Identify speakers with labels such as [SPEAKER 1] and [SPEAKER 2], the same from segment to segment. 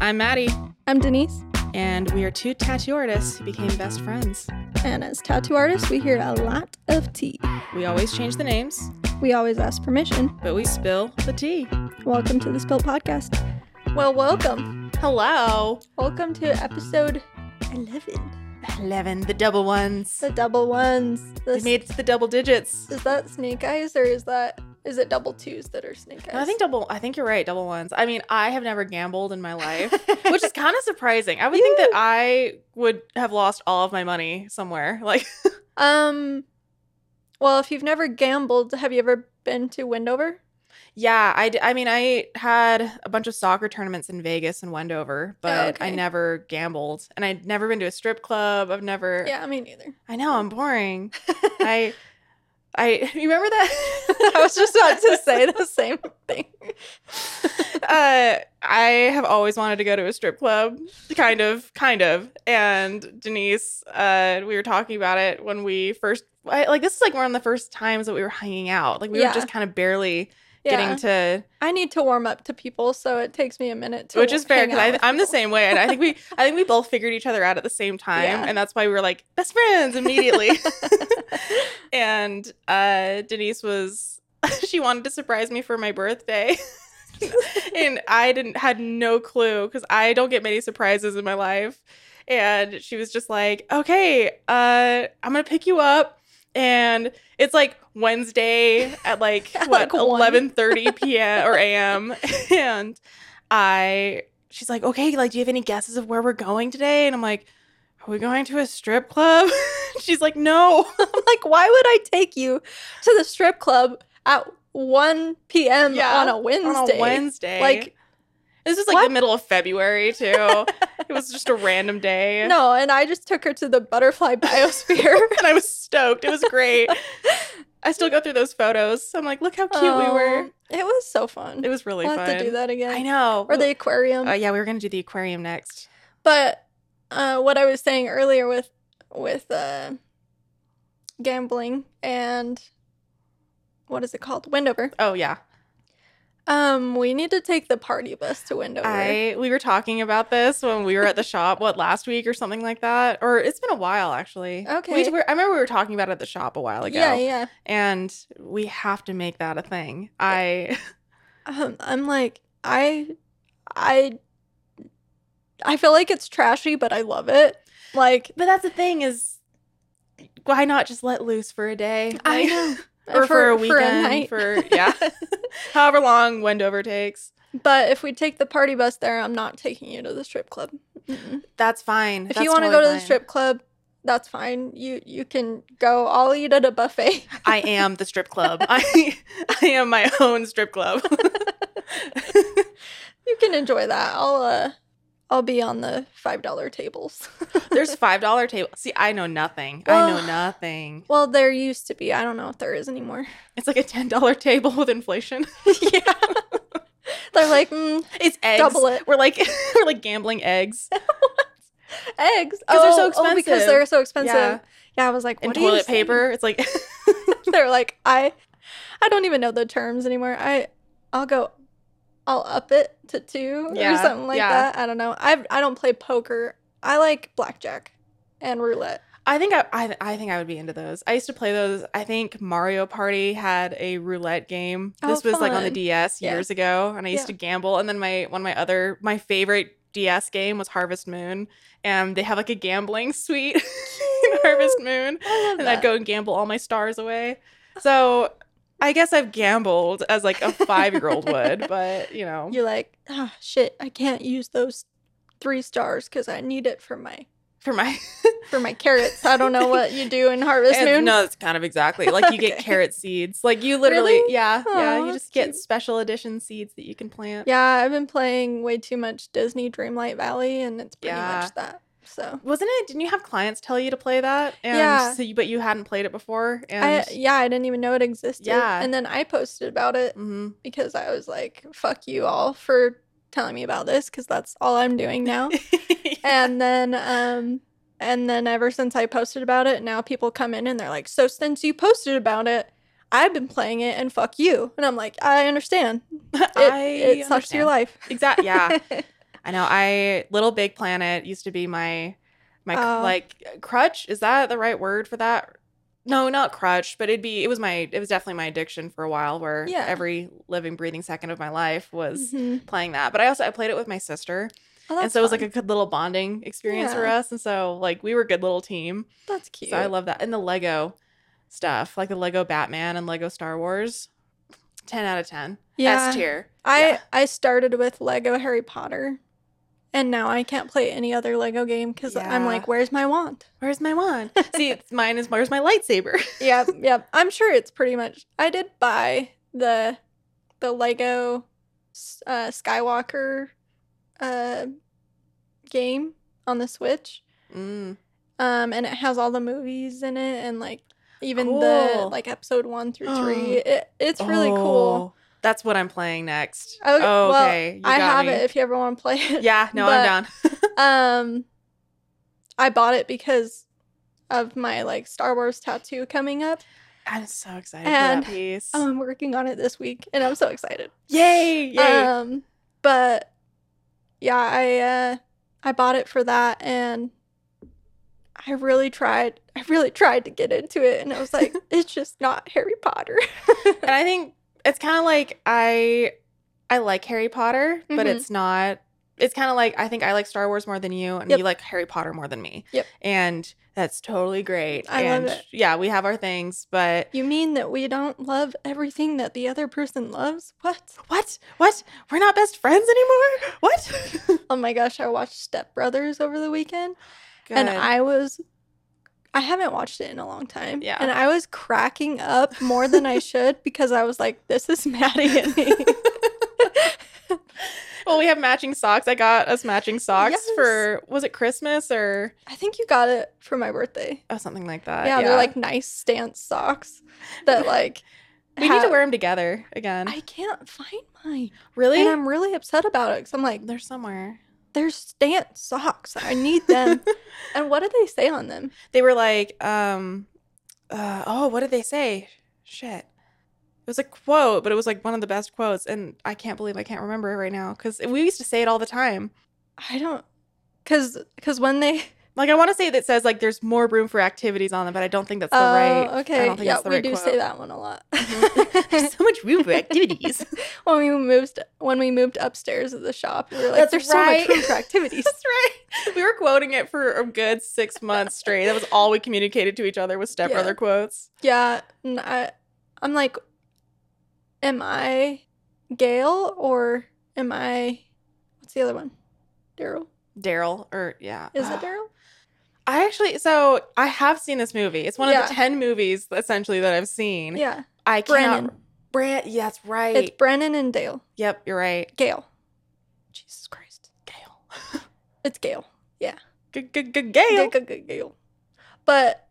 [SPEAKER 1] I'm Maddie,
[SPEAKER 2] I'm Denise,
[SPEAKER 1] and we are two tattoo artists who became best friends.
[SPEAKER 2] and as tattoo artists, we hear a lot of tea.
[SPEAKER 1] We always change the names,
[SPEAKER 2] We always ask permission.
[SPEAKER 1] but we spill the tea.
[SPEAKER 2] Welcome to the Spilt Podcast. Well, welcome.
[SPEAKER 1] Hello.
[SPEAKER 2] Welcome to episode 11.
[SPEAKER 1] 11, the double ones.
[SPEAKER 2] The double ones.
[SPEAKER 1] we
[SPEAKER 2] This,
[SPEAKER 1] made it to the double digits.
[SPEAKER 2] is that snake eyes or is that, is it double twos that are snake eyes?
[SPEAKER 1] I think double. I think you're right. Double ones. I mean, I have never gambled in my life, which is kind of surprising. I would think that I would have lost all of my money somewhere. Like,
[SPEAKER 2] Um, well, if you've never gambled, have you ever been to Wendover?
[SPEAKER 1] yeah, I. d- I mean, I had a bunch of soccer tournaments in Vegas and Wendover, but I
[SPEAKER 2] okay.
[SPEAKER 1] never gambled, and I'd never been to a strip club. I've never.
[SPEAKER 2] Yeah, me neither.
[SPEAKER 1] I know I'm boring. I. I you remember that. I was just about to say
[SPEAKER 2] the same thing.
[SPEAKER 1] uh, I have always wanted to go to a strip club, kind of, kind of. And Denise, uh, we were talking about it when we first, I, like, this is like one of the first times that we were hanging out. Like, we
[SPEAKER 2] Yeah.
[SPEAKER 1] were just kind of barely
[SPEAKER 2] Yeah.
[SPEAKER 1] getting to,
[SPEAKER 2] I need to warm up to people, so it takes me a minute to.
[SPEAKER 1] which is fair
[SPEAKER 2] hang out
[SPEAKER 1] because
[SPEAKER 2] with
[SPEAKER 1] I'm the
[SPEAKER 2] people.
[SPEAKER 1] same way, and I think we, I think we both figured each other out at the same time,
[SPEAKER 2] Yeah.
[SPEAKER 1] and that's why we were like best friends immediately. and uh, Denise was, she wanted to surprise me for my birthday. and I didn't had no clue because I don't get many surprises in my life. And she was just like, "Okay, uh, I'm gonna pick you up." And it's like Wednesday at like
[SPEAKER 2] At,
[SPEAKER 1] what
[SPEAKER 2] like, one.
[SPEAKER 1] 11:30 p.m. or a.m. and I, she's like, "Okay, like, do you have any guesses of where we're going today?" And I'm like, "Are we going to a strip club?" she's like, "No."
[SPEAKER 2] I'm like, why would I take you to the strip club at 1 p.m.
[SPEAKER 1] Yeah,
[SPEAKER 2] on a Wednesday?
[SPEAKER 1] on a Wednesday.
[SPEAKER 2] Like-
[SPEAKER 1] this is like
[SPEAKER 2] What?
[SPEAKER 1] the middle of February too. it was just a random day.
[SPEAKER 2] No, and I just took her to the butterfly biosphere.
[SPEAKER 1] and I was stoked. It was great. I still go through those photos. I'm like, look how cute we were.
[SPEAKER 2] Um, It was so fun.
[SPEAKER 1] It was really
[SPEAKER 2] we'll
[SPEAKER 1] fun.
[SPEAKER 2] have to do that again.
[SPEAKER 1] I know.
[SPEAKER 2] Or the aquarium.
[SPEAKER 1] Uh, yeah, we were gonna do the aquarium next.
[SPEAKER 2] but uh, what I was saying earlier with with uh, gambling and what is it called? Wendover.
[SPEAKER 1] Oh yeah,
[SPEAKER 2] Um, we need to take the party bus to Wendover.
[SPEAKER 1] I we were talking about this when we were at the shop. What last week or something like that, or it's been a while actually.
[SPEAKER 2] Okay.
[SPEAKER 1] we were, I remember we were talking about it at the shop a while ago.
[SPEAKER 2] yeah, yeah.
[SPEAKER 1] and we have to make that a thing. I
[SPEAKER 2] Um, I'm like, I, I, I feel like it's trashy, but I love it. Like,
[SPEAKER 1] But that's the thing is, why not just let loose for a day?
[SPEAKER 2] I
[SPEAKER 1] Like-
[SPEAKER 2] know.
[SPEAKER 1] or for, a
[SPEAKER 2] for
[SPEAKER 1] weekend, for,
[SPEAKER 2] night.
[SPEAKER 1] yeah, however long Wendover takes.
[SPEAKER 2] but if we take the party bus there, I'm not taking you to the strip club. Mm-mm.
[SPEAKER 1] That's fine.
[SPEAKER 2] If you want to go to the strip club, that's fine. You you can go. I'll eat at a buffet.
[SPEAKER 1] I am the strip club. I I am my own strip club.
[SPEAKER 2] you can enjoy that. I'll uh, I'll be on the five dollar tables.
[SPEAKER 1] There's five dollar table. See, I know nothing. I know
[SPEAKER 2] Well-
[SPEAKER 1] nothing.
[SPEAKER 2] well, there used to be. I don't know if there is anymore.
[SPEAKER 1] It's like a ten dollar table with inflation.
[SPEAKER 2] yeah. They're like, mm,
[SPEAKER 1] It's eggs.
[SPEAKER 2] Double it.
[SPEAKER 1] We're like we're like gambling eggs.
[SPEAKER 2] eggs.
[SPEAKER 1] Oh, oh,
[SPEAKER 2] because
[SPEAKER 1] because
[SPEAKER 2] they're
[SPEAKER 1] they're
[SPEAKER 2] so expensive.
[SPEAKER 1] Yeah.
[SPEAKER 2] Yeah, I was like,
[SPEAKER 1] And
[SPEAKER 2] what are you
[SPEAKER 1] toilet
[SPEAKER 2] saying?
[SPEAKER 1] paper. It's like
[SPEAKER 2] They're like, I, I don't even know the terms anymore. I, I'll go, I'll up it to two or
[SPEAKER 1] Yeah,
[SPEAKER 2] something like
[SPEAKER 1] yeah.
[SPEAKER 2] that. I don't know. I I don't play poker. I like blackjack and roulette.
[SPEAKER 1] I think I, I I think I would be into those. I used to play those. I think Mario Party had a roulette game.
[SPEAKER 2] Oh,
[SPEAKER 1] This was like on the
[SPEAKER 2] fun.
[SPEAKER 1] DS
[SPEAKER 2] Yeah.
[SPEAKER 1] years ago, and I used
[SPEAKER 2] Yeah.
[SPEAKER 1] to gamble. And then my one of my other my favorite DS game was Harvest Moon, and they have like a gambling suite in Harvest Moon,
[SPEAKER 2] I love
[SPEAKER 1] and I'd
[SPEAKER 2] that.
[SPEAKER 1] go and gamble all my stars away. So I guess I've gambled as like a five year old would, but you know,
[SPEAKER 2] You're like, ah, shit. I can't use those three stars because I need it for my
[SPEAKER 1] for my
[SPEAKER 2] for my carrots. I don't know what you do in Harvest
[SPEAKER 1] And-
[SPEAKER 2] Moon.
[SPEAKER 1] No, it's kind of exactly like you get
[SPEAKER 2] Okay.
[SPEAKER 1] carrot seeds. Like you literally,
[SPEAKER 2] Really?
[SPEAKER 1] yeah, yeah.
[SPEAKER 2] Aw,
[SPEAKER 1] You
[SPEAKER 2] that's
[SPEAKER 1] just get
[SPEAKER 2] cute.
[SPEAKER 1] special edition seeds that you can plant.
[SPEAKER 2] Yeah, I've been playing way too much Disney Dreamlight Valley, and it's pretty
[SPEAKER 1] Yeah.
[SPEAKER 2] much that. So,
[SPEAKER 1] Wasn't it? Didn't you have clients tell you to play that? And
[SPEAKER 2] Yeah.
[SPEAKER 1] So you, but you hadn't played it before. And
[SPEAKER 2] I, yeah, I didn't even know it existed.
[SPEAKER 1] Yeah.
[SPEAKER 2] And then I posted about it
[SPEAKER 1] Mhm.
[SPEAKER 2] because I was like, fuck you all for telling me about this because that's all I'm doing now. and then, um, and then ever since I posted about it, now people come in and they're like, so since you posted about it, I've been playing it and fuck you. And I'm like, I understand. It,
[SPEAKER 1] I
[SPEAKER 2] it sucks to your life.
[SPEAKER 1] Exactly. Yeah. I know I Little Big Planet used to be my my cr-
[SPEAKER 2] Oh.
[SPEAKER 1] like crutch. Is that the right word for that? No, not crutch, but it'd be it was my it was definitely my addiction for a while where
[SPEAKER 2] Yeah.
[SPEAKER 1] every living breathing second of my life was
[SPEAKER 2] Mhm.
[SPEAKER 1] playing that. But I also I played it with my sister.
[SPEAKER 2] Oh,
[SPEAKER 1] and
[SPEAKER 2] that's
[SPEAKER 1] so it was like
[SPEAKER 2] fun.
[SPEAKER 1] a good little bonding experience for
[SPEAKER 2] Yeah.
[SPEAKER 1] us. And so like we were a good little team.
[SPEAKER 2] that's cute.
[SPEAKER 1] So I love that. And the Lego stuff, like the Lego Batman and Lego Star Wars. 10 out of 10.
[SPEAKER 2] yeah,
[SPEAKER 1] S tier.
[SPEAKER 2] I
[SPEAKER 1] yeah.
[SPEAKER 2] I started with Lego Harry Potter, and now I can't play any other Lego game because I'm
[SPEAKER 1] Yeah.
[SPEAKER 2] like, where's my wand?
[SPEAKER 1] Where's my wand? See, it's- mine is where's my lightsaber?
[SPEAKER 2] yep, yep. I'm sure it's pretty much. I did buy the the Lego uh, Skywalker uh, game on the Switch,
[SPEAKER 1] Mm.
[SPEAKER 2] um, and it has all the movies in it, and like even the
[SPEAKER 1] Cool.
[SPEAKER 2] like episode one through three. It, it's really cool.
[SPEAKER 1] Oh, That's what I'm playing next.
[SPEAKER 2] Oh,
[SPEAKER 1] Okay.
[SPEAKER 2] well,
[SPEAKER 1] okay. you
[SPEAKER 2] I
[SPEAKER 1] got
[SPEAKER 2] have
[SPEAKER 1] me.
[SPEAKER 2] it if you ever want to play it.
[SPEAKER 1] Yeah, no,
[SPEAKER 2] but-
[SPEAKER 1] I'm down.
[SPEAKER 2] Um, I bought it because of my like Star Wars tattoo coming up.
[SPEAKER 1] I'm so excited
[SPEAKER 2] And-
[SPEAKER 1] for that piece.
[SPEAKER 2] Oh, I'm working on it this week, and I'm so excited.
[SPEAKER 1] yay! Yay!
[SPEAKER 2] Um, but yeah, I uh, I bought it for that, and I really tried. I really tried to get into it, and I was like, it's just not Harry Potter.
[SPEAKER 1] and I think it's kind of like I I like Harry Potter, but
[SPEAKER 2] Mhm.
[SPEAKER 1] it's not. It's kind of like I think I like Star Wars more than you, and
[SPEAKER 2] Yep.
[SPEAKER 1] you like Harry Potter more than me.
[SPEAKER 2] Yep.
[SPEAKER 1] And that's totally great.
[SPEAKER 2] I love
[SPEAKER 1] and
[SPEAKER 2] it.
[SPEAKER 1] yeah, we have our things, but
[SPEAKER 2] you mean that we don't love everything that the other person loves? What?
[SPEAKER 1] what? What? We're not best friends anymore? What?
[SPEAKER 2] Oh my gosh, I watched Step Brothers over the weekend, and
[SPEAKER 1] Good.
[SPEAKER 2] I was. I haven't watched it in a long time.
[SPEAKER 1] Yeah.
[SPEAKER 2] And I was cracking up more than I should because I was like, this is Maddie and me.
[SPEAKER 1] well, we have matching socks. I got us matching socks
[SPEAKER 2] Yes.
[SPEAKER 1] for was it Christmas or
[SPEAKER 2] I think you got it for my birthday.
[SPEAKER 1] oh, something like that.
[SPEAKER 2] yeah, they're like nice stance socks that like
[SPEAKER 1] we need
[SPEAKER 2] ha-
[SPEAKER 1] to wear them together again.
[SPEAKER 2] I can't find mine,
[SPEAKER 1] really?
[SPEAKER 2] and I'm really upset about it because I'm like,
[SPEAKER 1] They're somewhere.
[SPEAKER 2] they're stance socks. I need them. and what did they say on them?
[SPEAKER 1] they were like, um, uh, oh, what did they say? Shit. It was a quote, but it was like one of the best quotes. And I can't believe I can't remember it right now because we used to say it all the time.
[SPEAKER 2] I don't, cause cause when they
[SPEAKER 1] Like, I want to say that says, like, there's more room for activities on them, but I don't think that's the
[SPEAKER 2] Oh,
[SPEAKER 1] right. I
[SPEAKER 2] okay,
[SPEAKER 1] don't think
[SPEAKER 2] yeah,
[SPEAKER 1] that's the
[SPEAKER 2] we
[SPEAKER 1] right
[SPEAKER 2] do
[SPEAKER 1] quote. Mm-hmm.
[SPEAKER 2] say that one a lot.
[SPEAKER 1] There's so much room for activities.
[SPEAKER 2] when we moved when we moved upstairs at the shop, we were like,
[SPEAKER 1] That's
[SPEAKER 2] there's so
[SPEAKER 1] right.
[SPEAKER 2] much room for activities.
[SPEAKER 1] that's right. We were quoting it for a good six months straight. That was all we communicated to each other was
[SPEAKER 2] Yeah.
[SPEAKER 1] stepbrother quotes.
[SPEAKER 2] Yeah, and I, I'm like, am I Gail or am I? What's the other one? Daryl.
[SPEAKER 1] Daryl, or yeah. Ah.
[SPEAKER 2] Is it Daryl?
[SPEAKER 1] I actually, so I have seen this movie. It's one of
[SPEAKER 2] Yeah.
[SPEAKER 1] the 10 movies essentially that I've seen.
[SPEAKER 2] Yeah,
[SPEAKER 1] I can't.
[SPEAKER 2] Brennan.
[SPEAKER 1] Brand, yeah, that's right.
[SPEAKER 2] it's Brennan and Dale.
[SPEAKER 1] yep, you're right.
[SPEAKER 2] Gail. Jesus Christ.
[SPEAKER 1] Gail.
[SPEAKER 2] It's Gail.
[SPEAKER 1] Good, good, good Gail.
[SPEAKER 2] G- g- g- Gail. But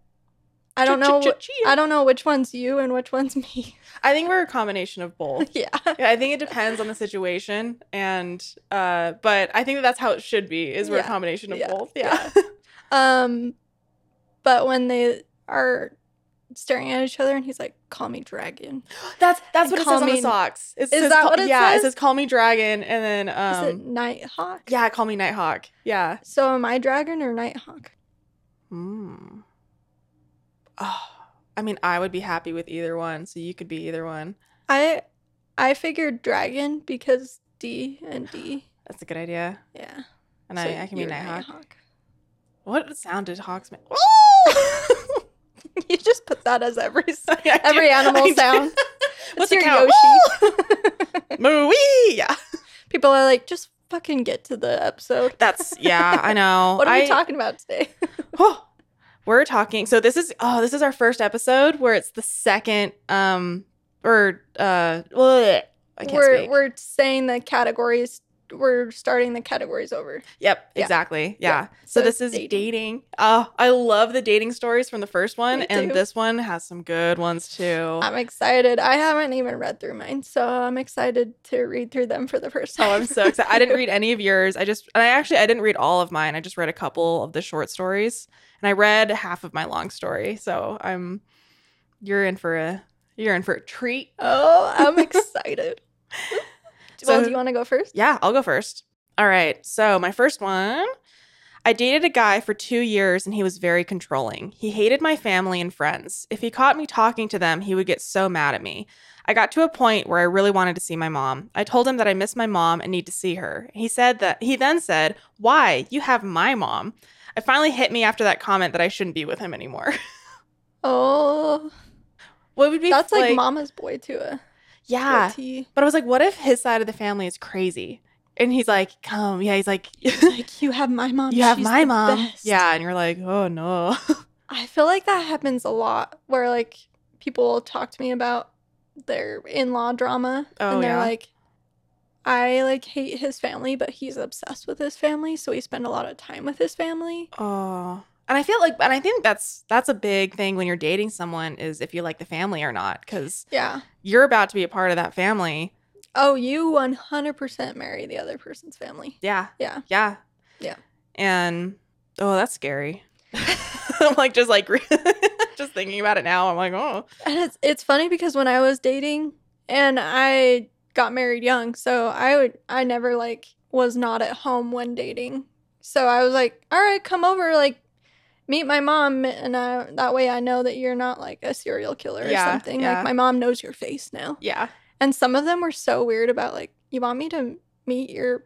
[SPEAKER 2] I don't know. wh- I don't know which one's you and which one's me.
[SPEAKER 1] I think we're a combination of both.
[SPEAKER 2] yeah.
[SPEAKER 1] Yeah, I think it depends on the situation, and uh, but I think that that's how it should be. Is we're
[SPEAKER 2] Yeah,
[SPEAKER 1] a combination of
[SPEAKER 2] yeah,
[SPEAKER 1] both. Yeah.
[SPEAKER 2] Um, but when they are staring at each other, and he's like, "Call me dragon."
[SPEAKER 1] that's that's
[SPEAKER 2] And
[SPEAKER 1] what it
[SPEAKER 2] call
[SPEAKER 1] says on
[SPEAKER 2] me-
[SPEAKER 1] the socks. It
[SPEAKER 2] Is
[SPEAKER 1] says
[SPEAKER 2] that
[SPEAKER 1] call-
[SPEAKER 2] what it
[SPEAKER 1] yeah,
[SPEAKER 2] says?
[SPEAKER 1] it says call me dragon, and then um,
[SPEAKER 2] Is it Nighthawk?
[SPEAKER 1] yeah, call me Nighthawk. Yeah.
[SPEAKER 2] So am I dragon or Nighthawk?
[SPEAKER 1] Hmm. Oh, I mean, I would be happy with either one. So you could be either one.
[SPEAKER 2] I I figured dragon because D and D.
[SPEAKER 1] That's a good idea.
[SPEAKER 2] Yeah.
[SPEAKER 1] And
[SPEAKER 2] So
[SPEAKER 1] I, I can be
[SPEAKER 2] you're
[SPEAKER 1] Nighthawk.
[SPEAKER 2] Nighthawk.
[SPEAKER 1] What sound did hawks make?
[SPEAKER 2] You just put that as every s-
[SPEAKER 1] I do-
[SPEAKER 2] every animal
[SPEAKER 1] I do.
[SPEAKER 2] sound.
[SPEAKER 1] What's your
[SPEAKER 2] That's
[SPEAKER 1] cow? Moo Yeah.
[SPEAKER 2] People are like, just fucking get to the episode.
[SPEAKER 1] That's yeah, I know.
[SPEAKER 2] What are
[SPEAKER 1] I,
[SPEAKER 2] we talking about today?
[SPEAKER 1] Oh, we're talking. So this is oh, this is our first episode where it's the second um or uh bleh, I can't
[SPEAKER 2] we're
[SPEAKER 1] speak.
[SPEAKER 2] we're saying the categories. We're starting the categories over.
[SPEAKER 1] yep,
[SPEAKER 2] yeah.
[SPEAKER 1] exactly. Yeah.
[SPEAKER 2] Yeah,
[SPEAKER 1] So,
[SPEAKER 2] so
[SPEAKER 1] this is
[SPEAKER 2] dating.
[SPEAKER 1] dating. Oh, I love the dating stories from the first one
[SPEAKER 2] Me
[SPEAKER 1] and
[SPEAKER 2] too.
[SPEAKER 1] this one has some good ones too.
[SPEAKER 2] I'm excited. I haven't even read through mine, so I'm excited to read through them for the first time.
[SPEAKER 1] Oh, I'm so excited. I didn't read any of yours. I just, and I actually, I didn't read all of mine. I just read a couple of the short stories and I read half of my long story. So I'm, you're in for a, you're in for a treat.
[SPEAKER 2] Oh, I'm excited. well,
[SPEAKER 1] So-
[SPEAKER 2] do you want to go first?
[SPEAKER 1] Yeah, I'll go first. All right. So, my first one I dated a guy for two years and he was very controlling. He hated my family and friends. If he caught me talking to them, he would get so mad at me. I got to a point where I really wanted to see my mom. I told him that I miss my mom and need to see her. He said that he then said, "Why? You have my mom." It finally hit me after that comment that I shouldn't be with him anymore.
[SPEAKER 2] Oh,
[SPEAKER 1] what would be
[SPEAKER 2] that's like, mama's boy to a to a
[SPEAKER 1] Yeah.
[SPEAKER 2] T.
[SPEAKER 1] But I was like, what if his side of the family is crazy? And he's like, "Come." Yeah, he's like,
[SPEAKER 2] Like you have my mom.
[SPEAKER 1] "You have
[SPEAKER 2] she's
[SPEAKER 1] my
[SPEAKER 2] the
[SPEAKER 1] mom."
[SPEAKER 2] best.
[SPEAKER 1] Yeah, and you're like, "Oh no."
[SPEAKER 2] I feel like that happens a lot where like people talk to me about their in-law drama
[SPEAKER 1] Oh,
[SPEAKER 2] and they're
[SPEAKER 1] yeah?
[SPEAKER 2] like I like hate his family but he's obsessed with his family so we spend a lot of time with his family.
[SPEAKER 1] Oh. And I feel like and I think that's that's a big thing when you're dating someone is if you like the family or not cuz
[SPEAKER 2] Yeah.
[SPEAKER 1] you're about to be a part of that family.
[SPEAKER 2] Oh, you 100% marry the other person's family.
[SPEAKER 1] Yeah.
[SPEAKER 2] Yeah.
[SPEAKER 1] Yeah.
[SPEAKER 2] Yeah.
[SPEAKER 1] And oh, that's scary. I'm like just like re- just thinking about it now. I'm like, "Oh."
[SPEAKER 2] And it's it's funny because when I was dating and I got married young, so I would I never like was not at home when dating. So I was like, "All right, come over like meet my mom and I, that way I know that you're not like a serial killer or
[SPEAKER 1] Yeah,
[SPEAKER 2] something.
[SPEAKER 1] yeah.
[SPEAKER 2] Like my mom knows your face now."
[SPEAKER 1] Yeah.
[SPEAKER 2] And some of them were so weird about like, "You want me to meet your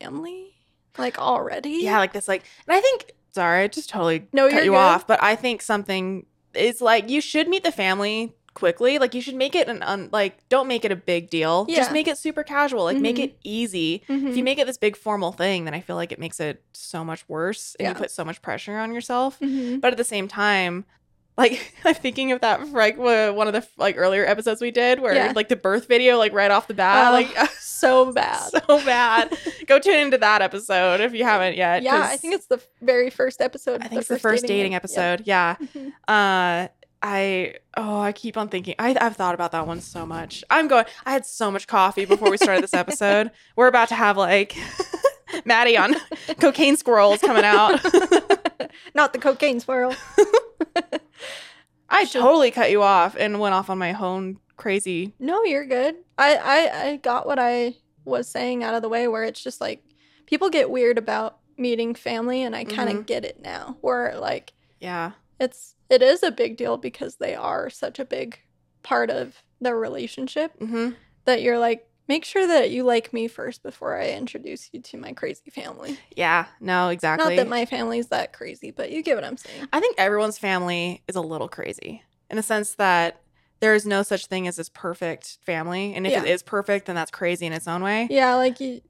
[SPEAKER 2] family like already?"
[SPEAKER 1] Yeah, like this like and I think sorry, I just totally
[SPEAKER 2] No,
[SPEAKER 1] cut
[SPEAKER 2] you're
[SPEAKER 1] you
[SPEAKER 2] good.
[SPEAKER 1] off, but I think something is like you should meet the family quickly. Like you should make it an un, like don't make it a big deal.
[SPEAKER 2] Yeah.
[SPEAKER 1] Just make it super casual. Like make
[SPEAKER 2] Mhm.
[SPEAKER 1] it easy.
[SPEAKER 2] Mhm.
[SPEAKER 1] If you make it this big formal thing, then I feel like it makes it so much worse and
[SPEAKER 2] Yeah.
[SPEAKER 1] you put so much pressure on yourself.
[SPEAKER 2] Mhm.
[SPEAKER 1] But at the same time, like I'm thinking of that like wha- one of the like earlier episodes we did where
[SPEAKER 2] Yeah.
[SPEAKER 1] like the birth video like right off the bat
[SPEAKER 2] Oh,
[SPEAKER 1] Uh, like
[SPEAKER 2] so bad.
[SPEAKER 1] so bad. Go tune into that episode if you haven't yet.
[SPEAKER 2] yeah,
[SPEAKER 1] 'cause
[SPEAKER 2] I think it's the very first episode.
[SPEAKER 1] I think it's the first dating, episode. Yeah.
[SPEAKER 2] Yeah. Mhm.
[SPEAKER 1] Uh I oh I keep on thinking I I've thought about that one so much. I'm going I had so much coffee before we started this episode. We're about to have like Maddie on cocaine squirrels coming out.
[SPEAKER 2] Not the cocaine swirl.
[SPEAKER 1] I
[SPEAKER 2] Should-
[SPEAKER 1] totally cut you off and went off on my own crazy.
[SPEAKER 2] No, you're good. I, I I got what I was saying out of the way where it's just like people get weird about meeting family and I kind of
[SPEAKER 1] Mhm.
[SPEAKER 2] get it now where like
[SPEAKER 1] Yeah.
[SPEAKER 2] it's it is a big deal because they are such a big part of their relationship
[SPEAKER 1] Mm-hmm.
[SPEAKER 2] that you're like make sure that you like me first before I introduce you to my crazy family.
[SPEAKER 1] Yeah. No, exactly.
[SPEAKER 2] Not that my family's that crazy, but you get what I'm saying.
[SPEAKER 1] I think everyone's family is a little crazy in the sense that there is no such thing as this perfect family. And if it
[SPEAKER 2] Yeah.
[SPEAKER 1] is perfect, then that's crazy in its own way.
[SPEAKER 2] Yeah, like you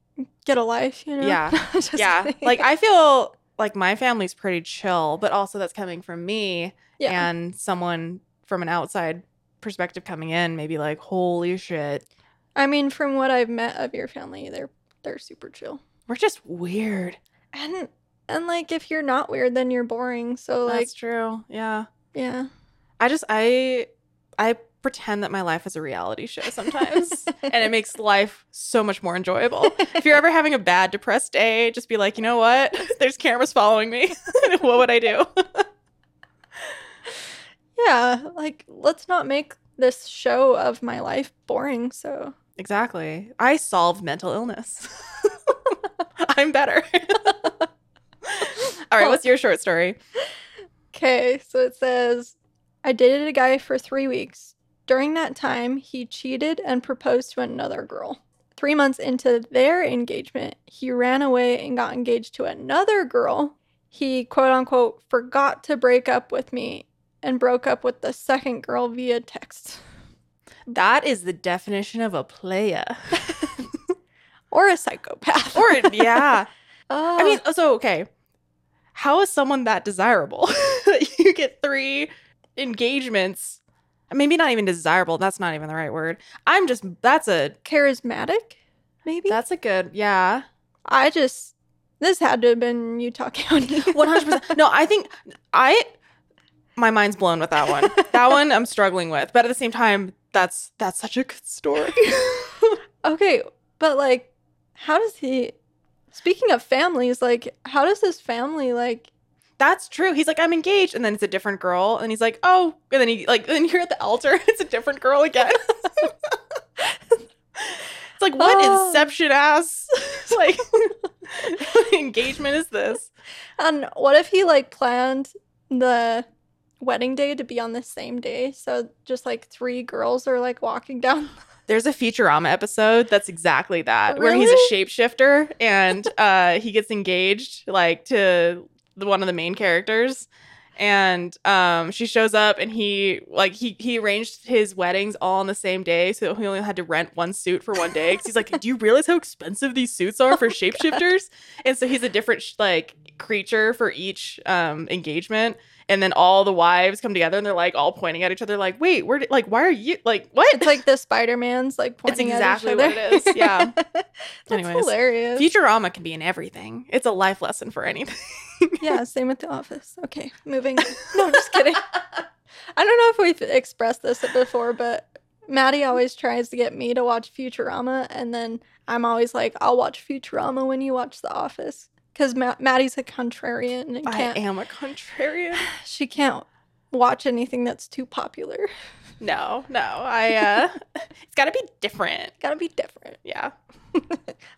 [SPEAKER 2] get a life, you know.
[SPEAKER 1] Yeah.
[SPEAKER 2] Just
[SPEAKER 1] yeah
[SPEAKER 2] kidding.
[SPEAKER 1] like i feel like my family's pretty chill but also that's coming from me
[SPEAKER 2] yeah.
[SPEAKER 1] and someone from an outside perspective coming in maybe like holy shit
[SPEAKER 2] I mean, from what I've met of your family, they're they're super chill.
[SPEAKER 1] we're just weird
[SPEAKER 2] And and like if you're not weird, then you're boring. So like
[SPEAKER 1] that's true yeah
[SPEAKER 2] yeah.
[SPEAKER 1] i just i i pretend that my life is a reality show sometimes and it makes life so much more enjoyable if you're ever having a bad depressed day just be like you know what there's cameras following me what would i do
[SPEAKER 2] yeah, like let's not make this show of my life boring. So
[SPEAKER 1] Exactly. I solve mental illness. I'm better. All right, what's your short story?
[SPEAKER 2] okay, so it says I dated a guy for three weeks. During that time, he cheated and proposed to another girl. Three months into their engagement, he ran away and got engaged to another girl. He quote unquote forgot to break up with me and broke up with the second girl via text.
[SPEAKER 1] That is the definition of a player.
[SPEAKER 2] Or a psychopath.
[SPEAKER 1] or yeah.
[SPEAKER 2] oh,
[SPEAKER 1] I mean, so okay. How is someone that desirable? you get 3 engagements. Maybe not even desirable. That's not even the right word. I'm just that's a
[SPEAKER 2] charismatic, maybe?
[SPEAKER 1] that's a good. Yeah.
[SPEAKER 2] I just this had to have been Utah County.
[SPEAKER 1] One hundred percent. No, I think I my mind's blown with that one. That one I'm struggling with, but at the same time, that's that's such a good story.
[SPEAKER 2] Okay, but like, how does he? Speaking of families, like, how does his family like?
[SPEAKER 1] that's true. He's like, I'm engaged, and then it's a different girl, and he's like, oh, and then he like, then you're at the altar, it's a different girl again. it's like what
[SPEAKER 2] Oh.
[SPEAKER 1] inception ass? like engagement is this?
[SPEAKER 2] And what if he like planned the wedding day to be on the same day? So just like three girls are like walking down.
[SPEAKER 1] There's a Futurama episode that's exactly that, where he's a shapeshifter and uh, he gets engaged like to the, one of the main characters. And um, she shows up, and he like he he arranged his weddings all on the same day, so he only had to rent one suit for one day. 'Cause he's like, "Do you realize how expensive these suits are for shapeshifters?" And so he's a different sh- like creature for each um, engagement. And then all the wives come together, and they're like all pointing at each other, like, "Wait, where? Did, like, why are you like what?"
[SPEAKER 2] It's like the Spider Man's like pointing
[SPEAKER 1] exactly
[SPEAKER 2] at each other.
[SPEAKER 1] what it is, yeah.
[SPEAKER 2] That's
[SPEAKER 1] Anyways.
[SPEAKER 2] hilarious.
[SPEAKER 1] Futurama can be in everything. It's a life lesson for anything.
[SPEAKER 2] yeah, same with The Office. Okay, moving. on. No, I'm just kidding. I don't know if we've expressed this before, but Maddie always tries to get me to watch Futurama, and then I'm always like, I'll watch Futurama when you watch The Office. Because Ma- Maddie's a contrarian and
[SPEAKER 1] I
[SPEAKER 2] can't,
[SPEAKER 1] am a contrarian.
[SPEAKER 2] she can't watch anything that's too popular.
[SPEAKER 1] No, no. I uh it's got to be different.
[SPEAKER 2] Gotta be different.
[SPEAKER 1] Yeah.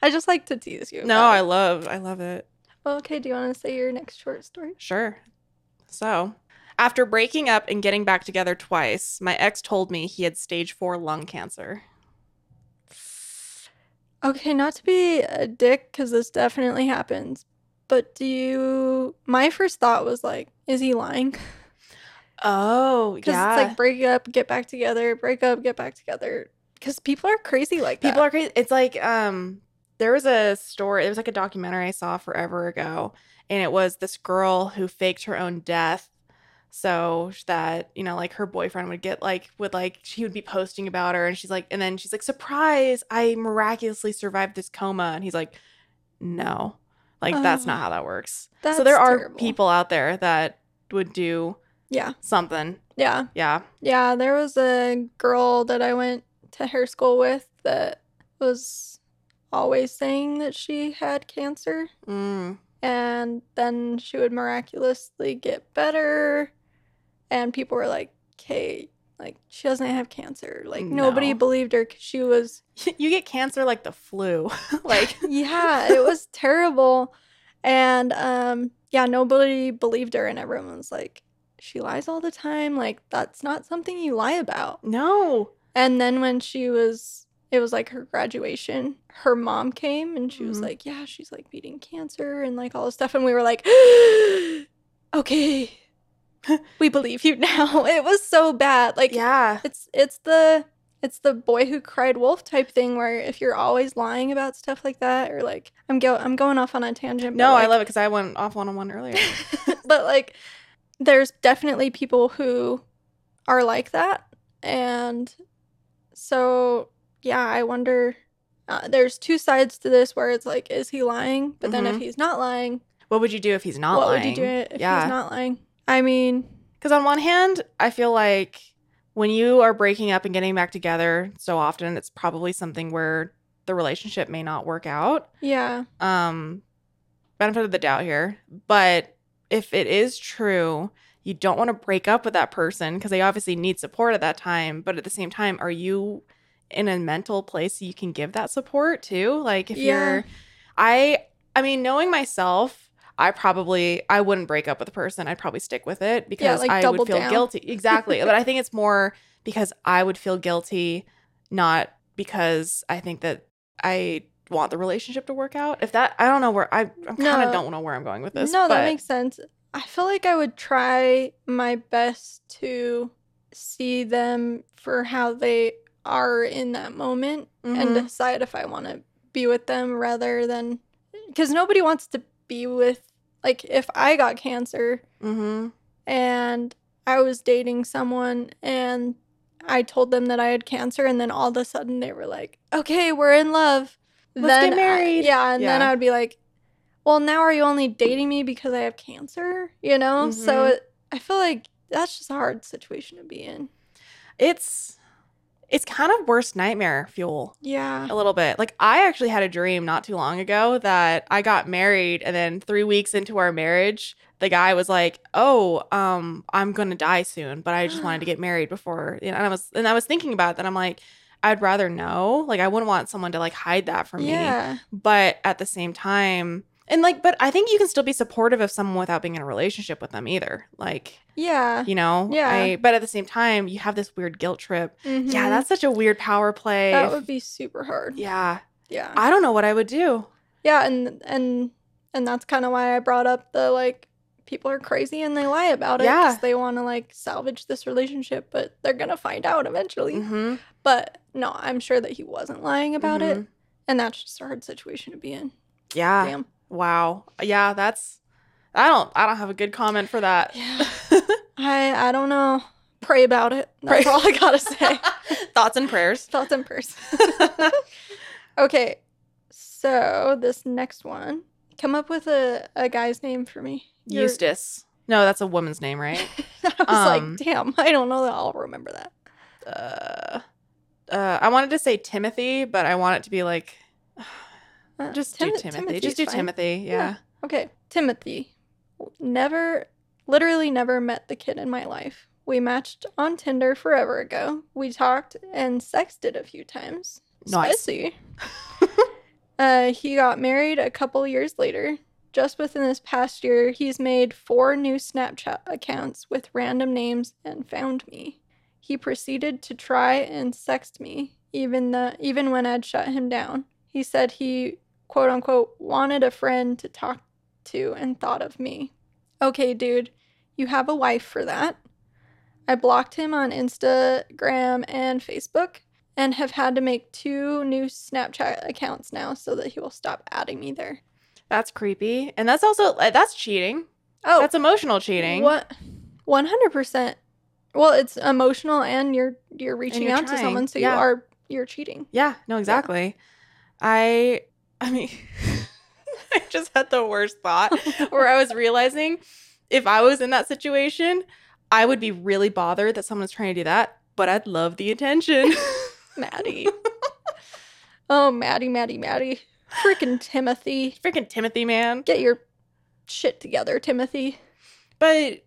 [SPEAKER 2] I just like to tease you.
[SPEAKER 1] No, I love I love it.
[SPEAKER 2] I. Okay, do you want to say your next short story?
[SPEAKER 1] Sure. So, after breaking up and getting back together twice, my ex told me he had stage 4 lung cancer.
[SPEAKER 2] Okay, not to be a dick because this definitely happens, but do you? My first thought was like, is he lying?
[SPEAKER 1] Oh,
[SPEAKER 2] Because it's like break up, get back together, break up, get back together. Because people are crazy like
[SPEAKER 1] People are crazy. It's like um there was a story, there was like a documentary I saw forever ago, and it was this girl who faked her own death so that, you know, like her boyfriend would get like would like she would be posting about her and she's like and then she's like, "Surprise, I miraculously survived this coma." And he's like, "No." Like that's
[SPEAKER 2] Oh.
[SPEAKER 1] not how that works.
[SPEAKER 2] That's
[SPEAKER 1] so there are
[SPEAKER 2] terrible.
[SPEAKER 1] people out there that would do
[SPEAKER 2] Yeah,
[SPEAKER 1] something.
[SPEAKER 2] yeah,
[SPEAKER 1] Yeah.
[SPEAKER 2] yeah. There was a girl that I went to hair school with that was always saying that she had cancer,
[SPEAKER 1] Mm.
[SPEAKER 2] and then she would miraculously get better, and people were like, "Okay." Like she doesn't have cancer. Like nobody
[SPEAKER 1] No.
[SPEAKER 2] believed her 'cause she was
[SPEAKER 1] You get cancer like the flu. like
[SPEAKER 2] yeah, it was terrible. And um yeah, nobody believed her and everyone was like, She lies all the time, like that's not something you lie about.
[SPEAKER 1] no.
[SPEAKER 2] And then when she was it was like her graduation, her mom came and she was
[SPEAKER 1] Mhm.
[SPEAKER 2] like, Yeah, she's like beating cancer and like all this stuff and we were like Okay. we believe you now. It was so bad. Like
[SPEAKER 1] Yeah.
[SPEAKER 2] it's it's the it's the boy who cried wolf type thing where if you're always lying about stuff like that or like I'm go I'm going off on a tangent. but,
[SPEAKER 1] No, I
[SPEAKER 2] like-
[SPEAKER 1] love it because I went off one on one earlier.
[SPEAKER 2] but like there's definitely people who are like that and so yeah, I wonder uh, there's two sides to this where it's like is he lying? But then if he's not lying,
[SPEAKER 1] what would you do if he's Mm-hmm. not
[SPEAKER 2] what
[SPEAKER 1] lying?
[SPEAKER 2] would you do if
[SPEAKER 1] Yeah.
[SPEAKER 2] he's not lying? I mean,
[SPEAKER 1] Because on one hand, I feel like when you are breaking up and getting back together so often, it's probably something where the relationship may not work out.
[SPEAKER 2] yeah.
[SPEAKER 1] Um, benefit of the doubt here, but if it is true, you don't want to break up with that person because they obviously need support at that time. But at the same time, are you in a mental place you can give that support too? Like if
[SPEAKER 2] Yeah.
[SPEAKER 1] you're, I, I mean, knowing myself, I probably I wouldn't break up with a person. I'd probably stick with it because
[SPEAKER 2] like
[SPEAKER 1] I
[SPEAKER 2] double
[SPEAKER 1] would feel
[SPEAKER 2] down.
[SPEAKER 1] guilty. Exactly, but I think it's more because I would feel guilty, not because I think that I want the relationship to work out. If that, I don't know where I, I kind of
[SPEAKER 2] No.
[SPEAKER 1] don't know where I'm going with this.
[SPEAKER 2] No,
[SPEAKER 1] but
[SPEAKER 2] that makes sense. I feel like I would try my best to see them for how they are in that moment and
[SPEAKER 1] Mhm.
[SPEAKER 2] decide if I want to be with them rather than because nobody wants to be with like if I got cancer
[SPEAKER 1] Mhm.
[SPEAKER 2] and I was dating someone and I told them that I had cancer and then all of a sudden they were like, "Okay, we're in love."
[SPEAKER 1] Let's
[SPEAKER 2] then
[SPEAKER 1] get
[SPEAKER 2] I-
[SPEAKER 1] married.
[SPEAKER 2] yeah, and then
[SPEAKER 1] Yeah.
[SPEAKER 2] I would be like, "Well, now are you only dating me because I have cancer?" You know? So
[SPEAKER 1] Mhm.
[SPEAKER 2] it, I feel like that's just a hard situation to be in.
[SPEAKER 1] it's it's kind of worst nightmare fuel
[SPEAKER 2] Yeah.
[SPEAKER 1] a little bit. Like I actually had a dream not too long ago that I got married and then 3 weeks into our marriage, the guy was like, "Oh, um I'm going to die soon, but I just wanted to get married before." you know, And I was and I was thinking about it and I'm like, I'd rather know. Like I wouldn't want someone to like hide that from me.
[SPEAKER 2] Yeah.
[SPEAKER 1] But at the same time, And like, but I think you can still be supportive of someone without being in a relationship with them either. Like,
[SPEAKER 2] Yeah.
[SPEAKER 1] you know,
[SPEAKER 2] Uh, Yeah.
[SPEAKER 1] I, but at the same time, you have this weird guilt trip. Yeah,
[SPEAKER 2] Mhm.
[SPEAKER 1] that's such a weird power play.
[SPEAKER 2] that would be super hard.
[SPEAKER 1] yeah,
[SPEAKER 2] Yeah.
[SPEAKER 1] I don't know what I would do.
[SPEAKER 2] yeah, and and and that's kind of why I brought up the like people are crazy and they lie about it
[SPEAKER 1] Yeah.
[SPEAKER 2] they want to like salvage this relationship, but they're going to find out eventually.
[SPEAKER 1] Mm-hmm.
[SPEAKER 2] But no, I'm sure that he wasn't lying about it, and that's just a hard situation to be in.
[SPEAKER 1] Yeah.
[SPEAKER 2] Damn.
[SPEAKER 1] Wow. Yeah, that's. I don't. I don't have a good comment for that.
[SPEAKER 2] Yeah. I I don't know. Pray about it. That's
[SPEAKER 1] Pray.
[SPEAKER 2] all I got to say.
[SPEAKER 1] Thoughts and prayers.
[SPEAKER 2] Thoughts in person. Okay. So, this next one, come up with a, a guy's name for me. You're-
[SPEAKER 1] Eustace. No, that's a woman's name, right?
[SPEAKER 2] I was
[SPEAKER 1] Um,
[SPEAKER 2] like, damn, I don't know that I'll remember that.
[SPEAKER 1] uh, uh, I wanted to say Timothy, but I want it to be like
[SPEAKER 2] Uh,
[SPEAKER 1] just
[SPEAKER 2] Tim-
[SPEAKER 1] do Timothy. just do
[SPEAKER 2] Timothy's fine.
[SPEAKER 1] Timothy. Yeah.
[SPEAKER 2] Yeah. Okay, Timothy. Never, literally never met the kid in my life. We matched on Tinder forever ago. We talked and sexted a few times.
[SPEAKER 1] Nice.
[SPEAKER 2] Spicy. uh, he got married a couple years later. Just within this past year, he's made four new Snapchat accounts with random names and found me. He proceeded to try and sext me, even the even when I'd shut him down. He said he quote unquote wanted a friend to talk to and thought of me. Okay, dude, you have a wife for that. I blocked him on Instagram and Facebook and have had to make two new Snapchat accounts now so that he will stop adding me there.
[SPEAKER 1] That's creepy, and that's also uh, that's cheating.
[SPEAKER 2] Oh,
[SPEAKER 1] That's emotional cheating.
[SPEAKER 2] What? One hundred percent. Well, it's emotional, and you're you're reaching
[SPEAKER 1] you're
[SPEAKER 2] out to
[SPEAKER 1] trying,
[SPEAKER 2] someone, so
[SPEAKER 1] yeah.
[SPEAKER 2] you are you're cheating.
[SPEAKER 1] Yeah. No, exactly. I. I mean, I just had the worst thought. where I was realizing if I was in that situation, I would be really bothered that someone's trying to do that, but I'd love the attention.
[SPEAKER 2] Maddie. oh, Maddie, Maddie, Maddie. Freaking Timothy.
[SPEAKER 1] Freaking Timothy, man.
[SPEAKER 2] Get your shit together, Timothy.
[SPEAKER 1] But,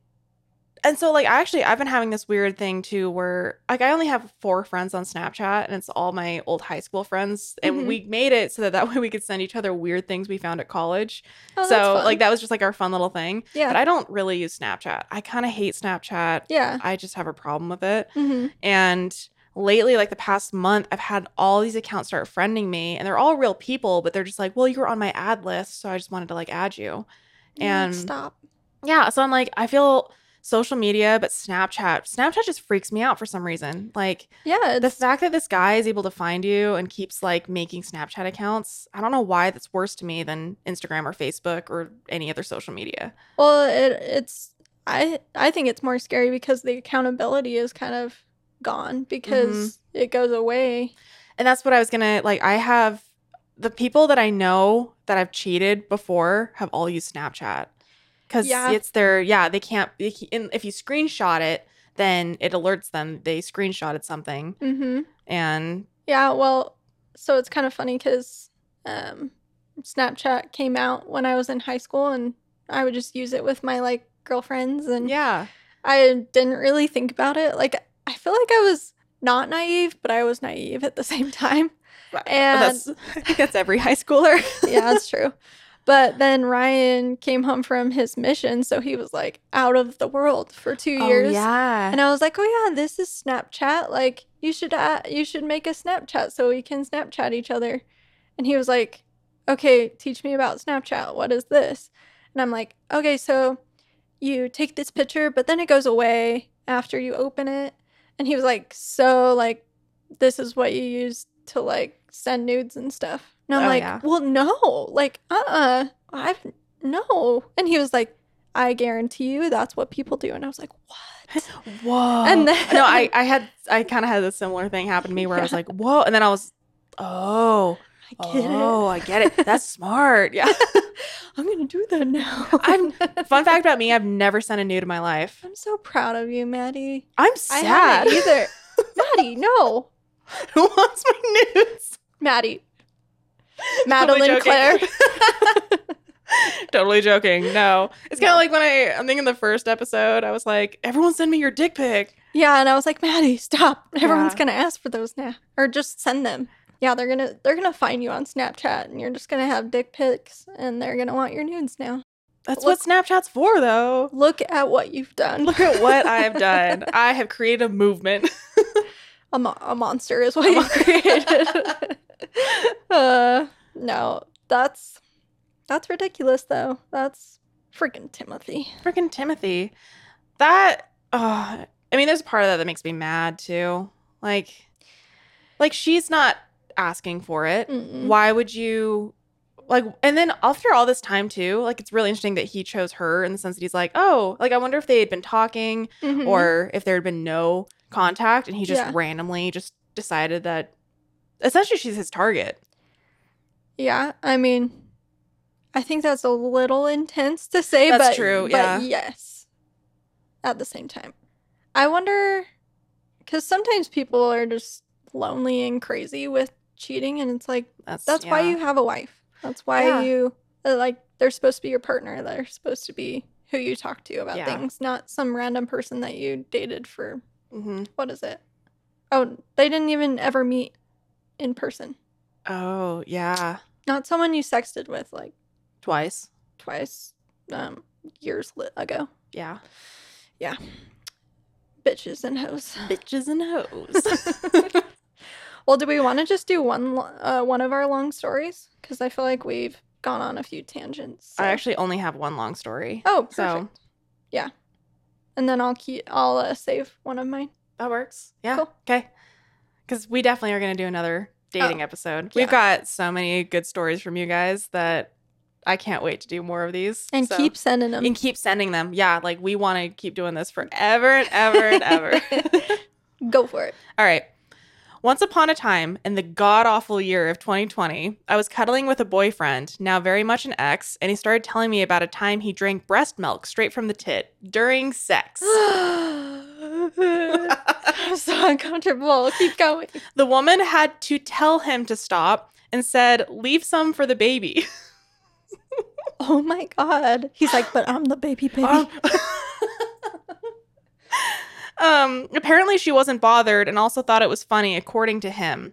[SPEAKER 1] and so, like, I actually, I've been having this weird thing too where, like, I only have four friends on Snapchat and it's all my old high school friends. And
[SPEAKER 2] Mhm.
[SPEAKER 1] we made it so that that way we could send each other weird things we found at college.
[SPEAKER 2] Oh, that's
[SPEAKER 1] so,
[SPEAKER 2] fun.
[SPEAKER 1] like, that was just like our fun little thing. But
[SPEAKER 2] yeah,
[SPEAKER 1] I don't really use Snapchat. I kind of hate Snapchat.
[SPEAKER 2] yeah.
[SPEAKER 1] I just have a problem with it.
[SPEAKER 2] hmm
[SPEAKER 1] And lately, like the past month, I've had all these accounts start friending me, and they're all real people, but they're just like, well, you were on my ad list, so I just wanted to like add you. And-
[SPEAKER 2] stop.
[SPEAKER 1] Yeah. So I'm like, I feel social media, but Snapchat, Snapchat just freaks me out for some reason. Like
[SPEAKER 2] Yeah,
[SPEAKER 1] the
[SPEAKER 2] it's,
[SPEAKER 1] fact that this guy is able to find you and keeps like making Snapchat accounts, I don't know why that's worse to me than Instagram or Facebook or any other social media.
[SPEAKER 2] well, it, it's. I I think it's more scary because the accountability is kind of gone because
[SPEAKER 1] Mm-hmm.
[SPEAKER 2] it goes away.
[SPEAKER 1] And that's what I was gonna like. I have the people that I know that I've cheated before have all used Snapchat because
[SPEAKER 2] Yeah.
[SPEAKER 1] it's their yeah. They can't they ca- and if you screenshot it, then it alerts them they screenshotted something.
[SPEAKER 2] Mm-hmm.
[SPEAKER 1] And
[SPEAKER 2] Yeah, well, so it's kind of funny because um, Snapchat came out when I was in high school, and I would just use it with my like girlfriends, and
[SPEAKER 1] yeah,
[SPEAKER 2] I didn't really think about it. Like, I feel like I was not naive, but I was naive at the same time.
[SPEAKER 1] But
[SPEAKER 2] And-
[SPEAKER 1] that's, I think that's every high schooler.
[SPEAKER 2] yeah, that's true. But then Ryan came home from his mission, so he was like out of the world for two
[SPEAKER 1] Oh,
[SPEAKER 2] years.
[SPEAKER 1] yeah,
[SPEAKER 2] And I was like, "Oh yeah, this is Snapchat. Like, you should uh, you should make a Snapchat so we can Snapchat each other." And he was like, "Okay, teach me about Snapchat. What is this?" And I'm like, "Okay, so you take this picture, but then it goes away after you open it." And he was like, "So like this is what you use to like send nudes and stuff." And I'm
[SPEAKER 1] Oh,
[SPEAKER 2] like,
[SPEAKER 1] yeah.
[SPEAKER 2] "Well, no. Like, uh-uh. I've no." And he was like, "I guarantee you that's what people do." And I was like, "What?"
[SPEAKER 1] whoa.
[SPEAKER 2] And then-
[SPEAKER 1] no, I I had I kind of had a similar thing happen to me where I was
[SPEAKER 2] Yeah.
[SPEAKER 1] like, whoa, and then I was, oh,
[SPEAKER 2] I get
[SPEAKER 1] oh, I get it. That's smart. Yeah.
[SPEAKER 2] it. I'm gonna do that now.
[SPEAKER 1] I'm- Fun fact about me: I've never sent a nude in my life.
[SPEAKER 2] I'm so proud of you, Maddie.
[SPEAKER 1] I'm
[SPEAKER 2] I
[SPEAKER 1] sad.
[SPEAKER 2] haven't either. Maddie, no.
[SPEAKER 1] Who wants my nudes?
[SPEAKER 2] Maddie.
[SPEAKER 1] Totally
[SPEAKER 2] Madeline
[SPEAKER 1] joking.
[SPEAKER 2] Claire.
[SPEAKER 1] totally joking. No, it's kind
[SPEAKER 2] No.
[SPEAKER 1] of like when I I'm thinking the first episode, I was like, everyone send me your dick pic.
[SPEAKER 2] Yeah, and I was like, Maddie, stop. Everyone's
[SPEAKER 1] Yeah.
[SPEAKER 2] gonna ask for those now. Or just send them. Yeah, they're gonna they're gonna find you on Snapchat, and you're just gonna have dick pics, and they're gonna want your nudes now.
[SPEAKER 1] That's what Snapchat's for, though.
[SPEAKER 2] Look at what you've done.
[SPEAKER 1] Look at what I've done. I have created a movement.
[SPEAKER 2] a, mo- a monster is what you created. uh, no, that's that's ridiculous though. That's freaking Timothy.
[SPEAKER 1] Freaking Timothy. That. Oh, I mean, there's a part of that that makes me mad too. Like, like she's not asking for it.
[SPEAKER 2] Mm-mm.
[SPEAKER 1] Why would you? Like, and then after all this time too, like it's really interesting that he chose her in the sense that he's like, oh, like I wonder if they had been talking
[SPEAKER 2] Mhm.
[SPEAKER 1] or if there had been no contact and he just
[SPEAKER 2] Yeah.
[SPEAKER 1] randomly just decided that essentially she's his target.
[SPEAKER 2] yeah, I mean, I think that's a little intense to say.
[SPEAKER 1] That's
[SPEAKER 2] but,
[SPEAKER 1] true,
[SPEAKER 2] but
[SPEAKER 1] yeah.
[SPEAKER 2] yes. At the same time, I wonder because sometimes people are just lonely and crazy with cheating, and it's like
[SPEAKER 1] That's
[SPEAKER 2] That's why
[SPEAKER 1] yeah.
[SPEAKER 2] you have a wife. That's why
[SPEAKER 1] Yeah.
[SPEAKER 2] you uh, like they're supposed to be your partner. They're supposed to be who you talk to about
[SPEAKER 1] Yeah.
[SPEAKER 2] things, not some random person that you dated for
[SPEAKER 1] Mhm.
[SPEAKER 2] what is it? Oh, they didn't even ever meet in person.
[SPEAKER 1] Oh yeah,
[SPEAKER 2] Not someone you sexted with like
[SPEAKER 1] twice.
[SPEAKER 2] twice um years li- ago.
[SPEAKER 1] Yeah,
[SPEAKER 2] Bitches and hoes.
[SPEAKER 1] bitches and hoes.
[SPEAKER 2] Well, do we want to just do one lo- uh, one of our long stories cuz I feel like we've gone on a few tangents.
[SPEAKER 1] I
[SPEAKER 2] so-
[SPEAKER 1] actually only have one long story.
[SPEAKER 2] Oh, perfect.
[SPEAKER 1] so
[SPEAKER 2] And then I'll keep I'll uh, save one of mine.
[SPEAKER 1] that works. Yeah.
[SPEAKER 2] Cool.
[SPEAKER 1] Okay. Because we definitely are going to do another dating episode. We've
[SPEAKER 2] Oh, yeah.
[SPEAKER 1] got so many good stories from you guys that I can't wait to do more of these.
[SPEAKER 2] And
[SPEAKER 1] So-
[SPEAKER 2] keep sending them.
[SPEAKER 1] and keep sending them. Yeah, like we want to keep doing this forever and ever and ever.
[SPEAKER 2] Go for it.
[SPEAKER 1] All right. Once upon a time, in the god awful year of 2020, I was cuddling with a boyfriend, now very much an ex, and he started telling me about a time he drank breast milk straight from the tit during sex.
[SPEAKER 2] I'm so uncomfortable. Keep going.
[SPEAKER 1] the woman had to tell him to stop and said, Leave some for the baby.
[SPEAKER 2] Oh my god. He's like, but I'm the baby baby.
[SPEAKER 1] um, apparently, she wasn't bothered and also thought it was funny, according to him.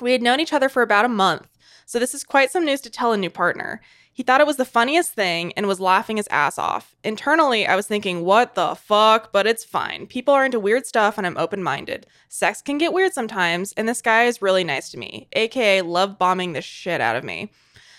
[SPEAKER 1] We had known each other for about a month, so this is quite some news to tell a new partner. He thought it was the funniest thing and was laughing his ass off. Internally, I was thinking, what the fuck? But it's fine. People are into weird stuff and I'm open minded. Sex can get weird sometimes, and this guy is really nice to me, aka love bombing the shit out of me.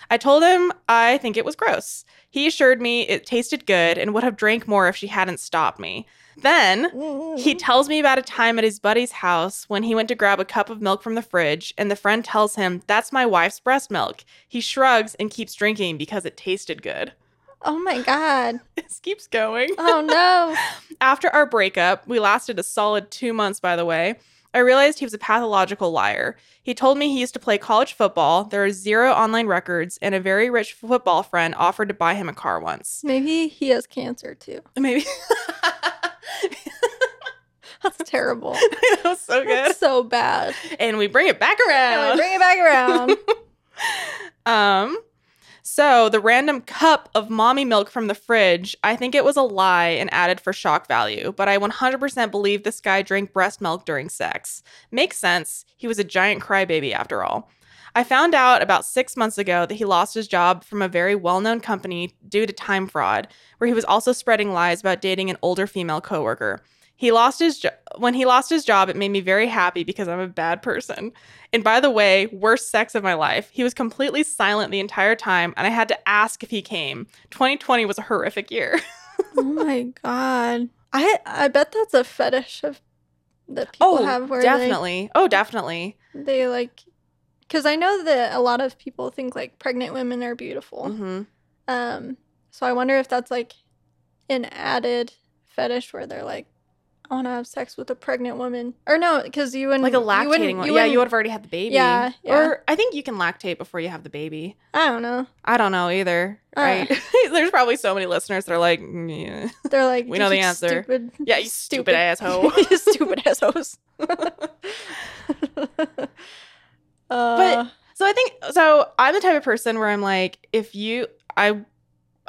[SPEAKER 1] I told him I think it was gross. He assured me it tasted good and would have drank more if she hadn't stopped me. Then he
[SPEAKER 2] Mm-hmm.
[SPEAKER 1] tells me about a time at his buddy's house when he went to grab a cup of milk from the fridge, and the friend tells him, That's my wife's breast milk. He shrugs and keeps drinking because it tasted good.
[SPEAKER 2] oh my god.
[SPEAKER 1] This keeps going.
[SPEAKER 2] Oh no.
[SPEAKER 1] After our breakup, we lasted a solid two months, by the way. I realized he was a pathological liar. He told me he used to play college football, there are zero online records, and a very rich football friend offered to buy him a car once.
[SPEAKER 2] Maybe he has cancer too.
[SPEAKER 1] Maybe.
[SPEAKER 2] That's terrible.
[SPEAKER 1] that was so good.
[SPEAKER 2] That's so bad.
[SPEAKER 1] And we bring it back
[SPEAKER 2] Can we
[SPEAKER 1] around.
[SPEAKER 2] bring it back around.
[SPEAKER 1] Um, so the random cup of mommy milk from the fridge, I think it was a lie and added for shock value, but I 100% believe this guy drank breast milk during sex. Makes sense. He was a giant crybaby after all. I found out about six months ago that he lost his job from a very well known company due to time fraud, where he was also spreading lies about dating an older female coworker. He lost his jo- when he lost his job, it made me very happy because I'm a bad person. And by the way, worst sex of my life. He was completely silent the entire time, and I had to ask if he came. 2020 was a horrific year.
[SPEAKER 2] oh my god. I I bet that's a fetish of that people have where they
[SPEAKER 1] Oh, definitely. Oh, definitely.
[SPEAKER 2] they like because i know that a lot of people think like pregnant women are beautiful
[SPEAKER 1] hmm
[SPEAKER 2] um so i wonder if that's like an added fetish where they're like i want to have sex with a pregnant woman or no because you wouldn't
[SPEAKER 1] Like a
[SPEAKER 2] you
[SPEAKER 1] lactating
[SPEAKER 2] wouldn't,
[SPEAKER 1] one.
[SPEAKER 2] you
[SPEAKER 1] yeah, you would
[SPEAKER 2] wouldn't-
[SPEAKER 1] have already had the baby.
[SPEAKER 2] Yeah, yeah.
[SPEAKER 1] Or I think you can lactate before you have the baby.
[SPEAKER 2] i don't know
[SPEAKER 1] I don't know either.
[SPEAKER 2] Uh.
[SPEAKER 1] Right? There's probably so many listeners that are like, "Mm, yeah,
[SPEAKER 2] they're like
[SPEAKER 1] We know
[SPEAKER 2] "Just
[SPEAKER 1] the
[SPEAKER 2] you
[SPEAKER 1] answer.
[SPEAKER 2] stupid,
[SPEAKER 1] Yeah, you stupid asshole."
[SPEAKER 2] you stupid assholes uh,
[SPEAKER 1] So I think so. I'm the type of person where I'm like, if you, I,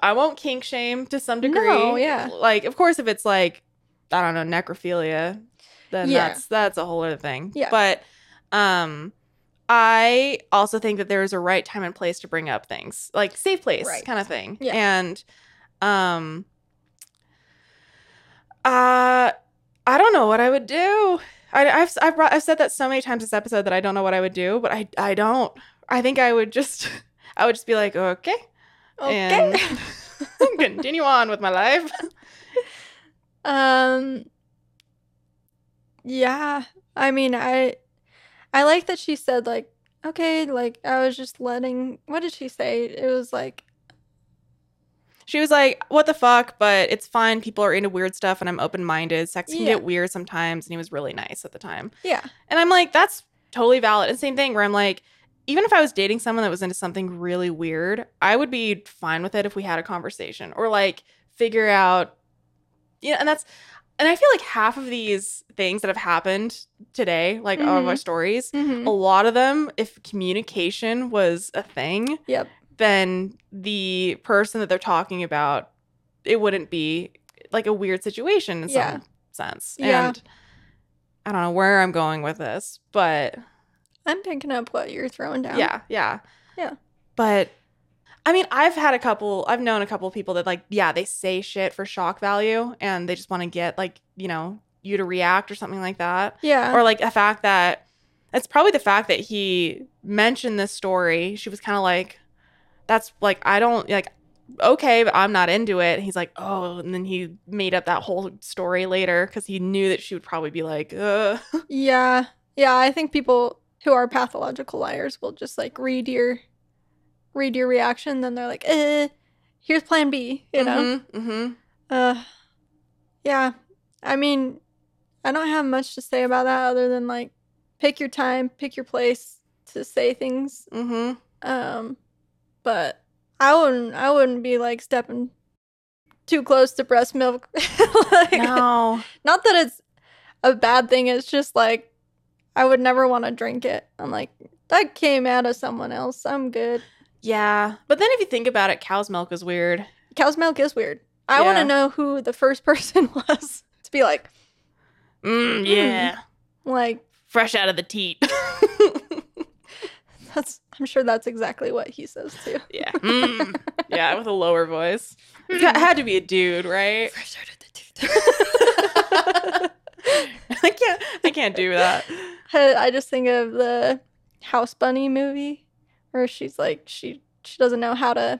[SPEAKER 1] I won't kink shame to some degree.
[SPEAKER 2] No, yeah.
[SPEAKER 1] Like, of course, if it's like, I don't know, necrophilia, then
[SPEAKER 2] Yeah.
[SPEAKER 1] that's that's a whole other thing.
[SPEAKER 2] Yeah.
[SPEAKER 1] But, um, I also think that there is a right time and place to bring up things, like safe place
[SPEAKER 2] Right.
[SPEAKER 1] kind of thing.
[SPEAKER 2] Yeah.
[SPEAKER 1] And um uh I don't know what I would do. I, I've I've, brought, I've said that so many times this episode that I don't know what I would do, but I I don't. I think I would just I would just be like, okay,
[SPEAKER 2] Okay.
[SPEAKER 1] and continue on with my life.
[SPEAKER 2] Um Yeah, I mean, I I like that she said like, okay, like I was just letting what did she say? It was like,
[SPEAKER 1] She was like, "What the fuck?" But it's fine. People are into weird stuff, and I'm open minded. Sex can
[SPEAKER 2] Yeah.
[SPEAKER 1] get weird sometimes. And he was really nice at the time.
[SPEAKER 2] yeah.
[SPEAKER 1] And I'm like, that's totally valid. And same thing where I'm like, even if I was dating someone that was into something really weird, I would be fine with it if we had a conversation or like figure out, you know, and that's, and I feel like half of these things that have happened today, like all of our
[SPEAKER 2] Mhm.
[SPEAKER 1] stories,
[SPEAKER 2] mhm,
[SPEAKER 1] a lot of them, if communication was a thing,
[SPEAKER 2] Yep.
[SPEAKER 1] then the person that they're talking about, it wouldn't be like a weird situation in
[SPEAKER 2] Yeah.
[SPEAKER 1] some sense.
[SPEAKER 2] Yeah.
[SPEAKER 1] And I don't know where I'm going with this, but
[SPEAKER 2] I'm picking up what you're throwing down.
[SPEAKER 1] yeah, yeah.
[SPEAKER 2] Yeah.
[SPEAKER 1] But I mean, I've had a couple, I've known a couple people that like, yeah, they say shit for shock value and they just want to get like, you know, you to react or something like that
[SPEAKER 2] Yeah.
[SPEAKER 1] or like the fact that it's probably the fact that he mentioned this story. She was kind of like, "That's like I don't like okay, but I'm not into it." And he's like, "Oh," and then he made up that whole story later because he knew that she would probably be like, "Ugh."
[SPEAKER 2] Yeah. Yeah, I think people who are pathological liars will just like read your read your reaction, then they're like, eh, here's plan B, you know?
[SPEAKER 1] hmm
[SPEAKER 2] Uh yeah. I mean, I don't have much to say about that other than like pick your time, pick your place to say things.
[SPEAKER 1] hmm hmm
[SPEAKER 2] Um but I wouldn't I wouldn't be like stepping too close to breast milk. like,
[SPEAKER 1] No,
[SPEAKER 2] not that it's a bad thing it's just like i would never want to drink it i'm like that came out of someone else i'm good
[SPEAKER 1] yeah, but then if you think about it, cow's milk is weird.
[SPEAKER 2] cow's milk is weird i want
[SPEAKER 1] Yeah.
[SPEAKER 2] to know who the first person was to be like
[SPEAKER 1] Mm, yeah,
[SPEAKER 2] like
[SPEAKER 1] fresh out of the teat.
[SPEAKER 2] that's i'm sure that's exactly what he says too
[SPEAKER 1] yeah, Mm. yeah, with a lower voice. It had to be a dude, right?
[SPEAKER 2] Fresh out of the
[SPEAKER 1] I can't. I can't do that.
[SPEAKER 2] I I just think of the House Bunny movie where she's like she she doesn't know how to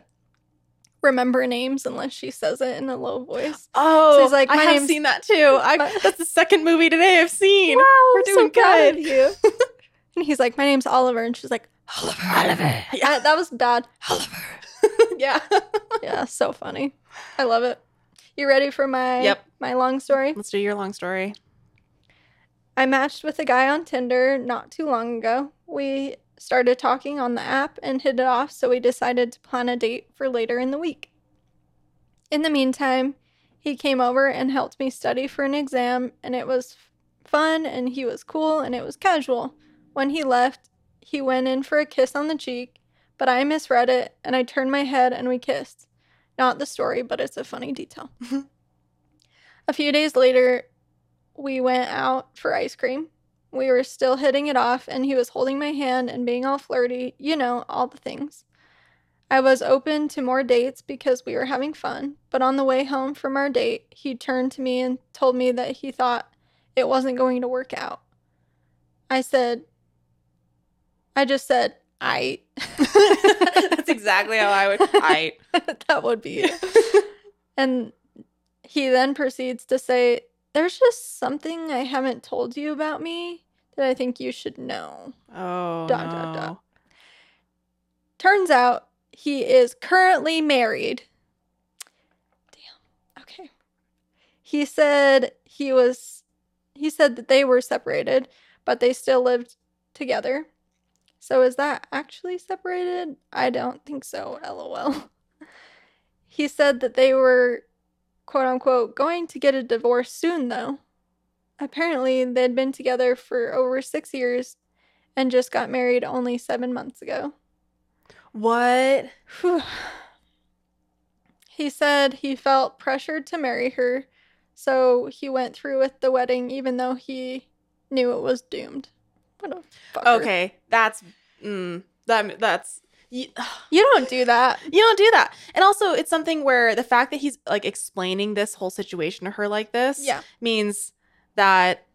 [SPEAKER 2] remember names unless she says it in a low voice.
[SPEAKER 1] Oh,
[SPEAKER 2] So he's like,
[SPEAKER 1] I
[SPEAKER 2] "My
[SPEAKER 1] have
[SPEAKER 2] name's-
[SPEAKER 1] seen that too. I,
[SPEAKER 2] my-
[SPEAKER 1] that's the second movie today I've seen.
[SPEAKER 2] Wow,
[SPEAKER 1] We're
[SPEAKER 2] I'm
[SPEAKER 1] doing
[SPEAKER 2] proud
[SPEAKER 1] good.
[SPEAKER 2] of you. and he's like, my name's Oliver, and she's like, Oliver, Oliver. Yeah, that was bad. Oliver.
[SPEAKER 1] yeah.
[SPEAKER 2] yeah, so funny. I love it. You ready for my
[SPEAKER 1] Yep.
[SPEAKER 2] my long story?
[SPEAKER 1] Let's do your long story.
[SPEAKER 2] I matched with a guy on Tinder not too long ago. We started talking on the app and hit it off, so we decided to plan a date for later in the week. In the meantime, he came over and helped me study for an exam, and it was fun, and he was cool, and it was casual. When he left, he went in for a kiss on the cheek, but I misread it, and I turned my head and we kissed. Not the story, but it's a funny detail. a few days later, we went out for ice cream. We were still hitting it off, and he was holding my hand and being all flirty, you know, all the things. I was open to more dates because we were having fun, but on the way home from our date, he turned to me and told me that he thought it wasn't going to work out. I said, I just said, I.
[SPEAKER 1] that's exactly how I would. I.
[SPEAKER 2] that would be it. And he then proceeds to say, There's just something I haven't told you about me that I think you should know.
[SPEAKER 1] Oh
[SPEAKER 2] Dot,
[SPEAKER 1] no.
[SPEAKER 2] dot, dot. Turns out he is currently married. Damn. Okay. He said he was, he said that they were separated, but they still lived together. So is that actually separated? I don't think so, lol. He said that they were, quote unquote, going to get a divorce soon, though. Apparently, they'd been together for over six years and just got married only seven months ago.
[SPEAKER 1] What?
[SPEAKER 2] Whew. He said he felt pressured to marry her, so he went through with the wedding even though he knew it was doomed. What a fucker.
[SPEAKER 1] Okay, that's Mm, that that's you,
[SPEAKER 2] You don't do that.
[SPEAKER 1] you don't do that. And also, it's something where the fact that he's like explaining this whole situation to her like this
[SPEAKER 2] Yeah.
[SPEAKER 1] means that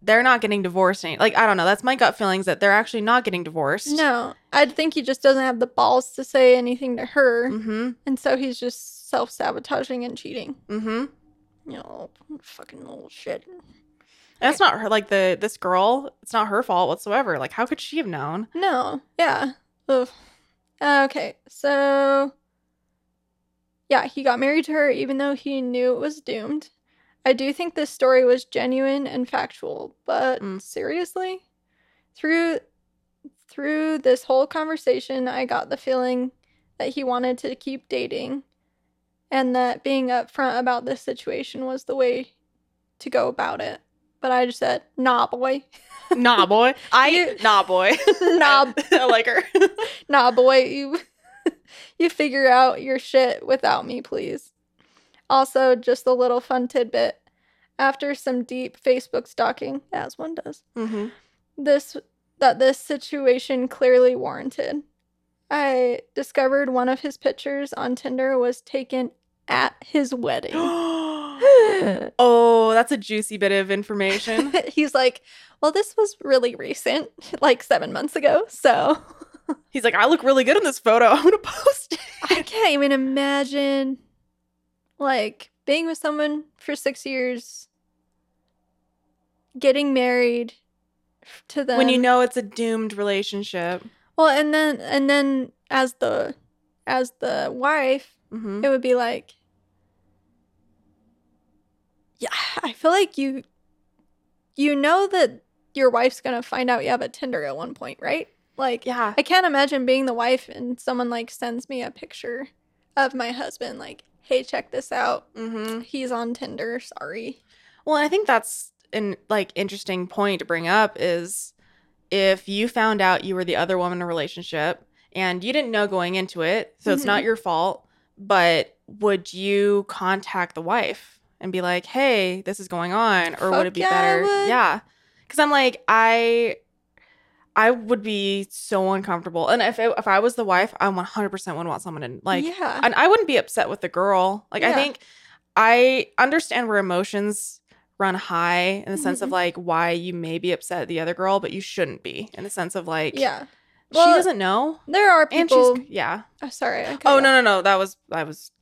[SPEAKER 1] they're not getting divorced. Any- like I don't know. That's my gut feelings that they're actually not getting divorced.
[SPEAKER 2] No, I think he just doesn't have the balls to say anything to her,
[SPEAKER 1] Mm-hmm.
[SPEAKER 2] and so he's just self sabotaging and cheating.
[SPEAKER 1] Mm-hmm.
[SPEAKER 2] You know, fucking little shit.
[SPEAKER 1] And it's not her like the this girl, it's not her fault whatsoever. Like how could she have known?
[SPEAKER 2] No, yeah. Ugh. Okay, so yeah, he got married to her even though he knew it was doomed. I do think this story was genuine and factual, but
[SPEAKER 1] Mm.
[SPEAKER 2] seriously, through through this whole conversation, I got the feeling that he wanted to keep dating and that being upfront about this situation was the way to go about it. But I just said, "Nah, boy.
[SPEAKER 1] nah boy. I
[SPEAKER 2] You-
[SPEAKER 1] nah boy.
[SPEAKER 2] nah,
[SPEAKER 1] I like her.
[SPEAKER 2] nah boy you you figure out your shit without me please also just a little fun tidbit after some deep facebook stalking as one does
[SPEAKER 1] mm-hmm.
[SPEAKER 2] this that this situation clearly warranted i discovered one of his pictures on tinder was taken at his wedding
[SPEAKER 1] oh, that's a juicy bit of information.
[SPEAKER 2] he's like well this was really recent like seven months ago so
[SPEAKER 1] He's like, I look really good in this photo. I'm gonna post it.
[SPEAKER 2] I can't even imagine like being with someone for six years, getting married f- to them
[SPEAKER 1] when you know it's a doomed relationship.
[SPEAKER 2] Well, and then and then as the as the wife,
[SPEAKER 1] Mm-hmm.
[SPEAKER 2] it would be like, yeah, I feel like you you know that your wife's gonna find out you have a Tinder at one point, right? Like,
[SPEAKER 1] Yeah.
[SPEAKER 2] I can't imagine being the wife and someone like sends me a picture of my husband, like, hey, check this out.
[SPEAKER 1] Mm-hmm.
[SPEAKER 2] He's on Tinder. Sorry.
[SPEAKER 1] Well, I think that's an like interesting point to bring up is if you found out you were the other woman in a relationship and you didn't know going into it, so it's
[SPEAKER 2] Mhm.
[SPEAKER 1] not your fault, but would you contact the wife and be like, "Hey, this is going on," or would
[SPEAKER 2] Fuck
[SPEAKER 1] it be
[SPEAKER 2] yeah, I
[SPEAKER 1] better?
[SPEAKER 2] would.
[SPEAKER 1] Yeah. Cuz I'm like I I would be so uncomfortable. And if if I was the wife, I 100% would want someone to like
[SPEAKER 2] yeah.
[SPEAKER 1] and I wouldn't be upset with the girl. Like I
[SPEAKER 2] Yeah.
[SPEAKER 1] think I understand where emotions run high in the sense of
[SPEAKER 2] Mhm.
[SPEAKER 1] like why you may be upset at the other girl, but you shouldn't be in the sense of like
[SPEAKER 2] yeah.
[SPEAKER 1] she
[SPEAKER 2] Well,
[SPEAKER 1] doesn't know
[SPEAKER 2] There are
[SPEAKER 1] and
[SPEAKER 2] people.
[SPEAKER 1] she's yeah.
[SPEAKER 2] oh, sorry. I cut
[SPEAKER 1] Oh
[SPEAKER 2] you
[SPEAKER 1] no no no that was I was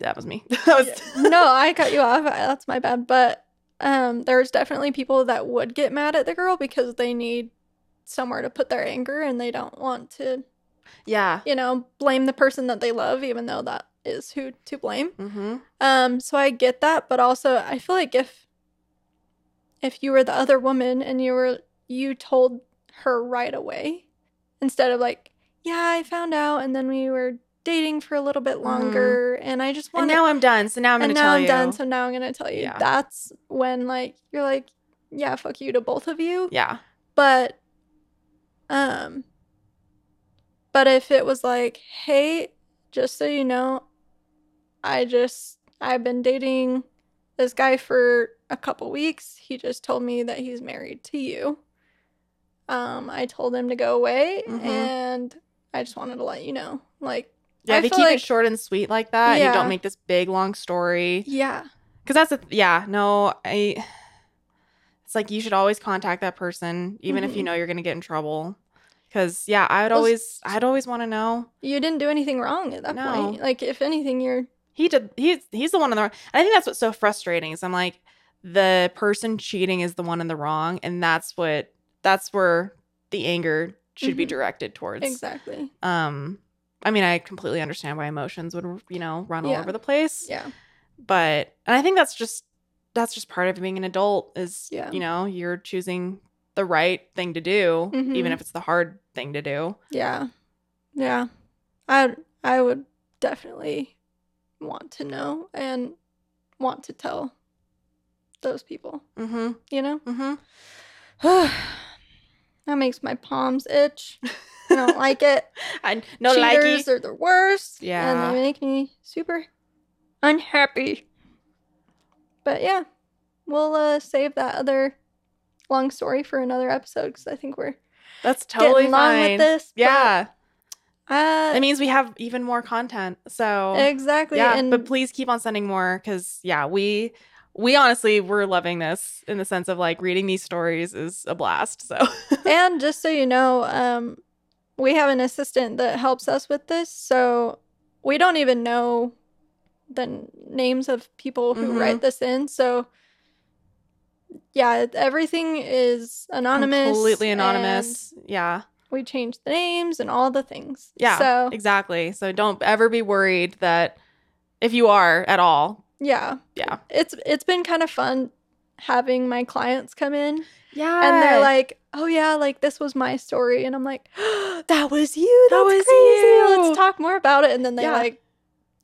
[SPEAKER 1] that was me that was
[SPEAKER 2] off. no, I cut you off. I- That's my bad. But um, there's definitely people that would get mad at the girl because they need somewhere to put their anger and they don't want to,
[SPEAKER 1] yeah.
[SPEAKER 2] you know, blame the person that they love, even though that is who to blame.
[SPEAKER 1] Mm-hmm.
[SPEAKER 2] Um, so I get that, but also I feel like if if you were the other woman and you were you told her right away instead of like, yeah, I found out and then we were dating for a little bit longer and I just
[SPEAKER 1] Mm. And
[SPEAKER 2] want
[SPEAKER 1] now I'm done. So now I'm
[SPEAKER 2] and
[SPEAKER 1] gonna
[SPEAKER 2] now
[SPEAKER 1] tell
[SPEAKER 2] I'm
[SPEAKER 1] you.
[SPEAKER 2] done, so now I'm gonna tell you.
[SPEAKER 1] Yeah.
[SPEAKER 2] That's when like you're like, yeah, fuck you to both of you.
[SPEAKER 1] yeah.
[SPEAKER 2] But um but if it was like, "Hey, just so you know, I just I've been dating this guy for a couple weeks. He just told me that he's married to you." Um I told him to go away
[SPEAKER 1] Mhm.
[SPEAKER 2] and I just wanted to let you know. Like,
[SPEAKER 1] Yeah,
[SPEAKER 2] I
[SPEAKER 1] if you
[SPEAKER 2] feel
[SPEAKER 1] keep
[SPEAKER 2] like-
[SPEAKER 1] it short and sweet like that, and you
[SPEAKER 2] Yeah.
[SPEAKER 1] don't make this big long story.
[SPEAKER 2] yeah.
[SPEAKER 1] Cause that's a yeah, no, I it's like you should always contact that person, even if you
[SPEAKER 2] Mhm.
[SPEAKER 1] know you're gonna get in trouble. Cause yeah, I would
[SPEAKER 2] Well,
[SPEAKER 1] always I'd always wanna know.
[SPEAKER 2] You didn't do anything wrong at that
[SPEAKER 1] No.
[SPEAKER 2] point. Like if anything you're
[SPEAKER 1] He did he's he's the one in the wrong. And I think that's what's so frustrating is I'm like, the person cheating is the one in the wrong, and that's what that's where the anger should be
[SPEAKER 2] Mhm.
[SPEAKER 1] directed towards.
[SPEAKER 2] exactly.
[SPEAKER 1] Um I mean, I completely understand why emotions would, you know, run all
[SPEAKER 2] Yeah.
[SPEAKER 1] over the place.
[SPEAKER 2] Yeah.
[SPEAKER 1] but and i think that's just that's just part of being an adult is
[SPEAKER 2] Yeah.
[SPEAKER 1] you know you're choosing the right thing to do even
[SPEAKER 2] Mhm.
[SPEAKER 1] if it's the hard thing to do
[SPEAKER 2] Yeah. Yeah. I I would definitely want to know and want to tell those people,
[SPEAKER 1] mm-hmm
[SPEAKER 2] you know?
[SPEAKER 1] mm-hmm
[SPEAKER 2] that makes my palms itch. I don't like it.
[SPEAKER 1] i no
[SPEAKER 2] Cheaters
[SPEAKER 1] likey
[SPEAKER 2] are the worst.
[SPEAKER 1] Yeah.
[SPEAKER 2] And they make me super unhappy. But yeah, we'll uh, save that other long story for another episode because I think we're
[SPEAKER 1] That's totally
[SPEAKER 2] getting along
[SPEAKER 1] fine.
[SPEAKER 2] with this. but,
[SPEAKER 1] yeah,
[SPEAKER 2] uh,
[SPEAKER 1] it means we have even more content. So
[SPEAKER 2] exactly.
[SPEAKER 1] yeah,
[SPEAKER 2] and
[SPEAKER 1] but please keep on sending more because yeah, we we honestly we're loving this in the sense of like reading these stories is a blast. So
[SPEAKER 2] and just so you know, um, we have an assistant that helps us with this, so we don't even know the n- names of people who
[SPEAKER 1] Mhm.
[SPEAKER 2] write this in. So, yeah, it- everything is anonymous,
[SPEAKER 1] completely
[SPEAKER 2] and
[SPEAKER 1] anonymous. Yeah,
[SPEAKER 2] We change the names and all the things.
[SPEAKER 1] yeah,
[SPEAKER 2] So
[SPEAKER 1] exactly. So don't ever be worried that if you are at all,
[SPEAKER 2] yeah,
[SPEAKER 1] yeah,
[SPEAKER 2] it's it's been kind of fun having my clients come in
[SPEAKER 1] yeah,
[SPEAKER 2] and they're like, "Oh yeah, like this was my story," and I'm like, "That was you. That
[SPEAKER 1] That
[SPEAKER 2] was
[SPEAKER 1] was
[SPEAKER 2] crazy.
[SPEAKER 1] you."
[SPEAKER 2] Let's talk more about it." And then they
[SPEAKER 1] Yeah.
[SPEAKER 2] like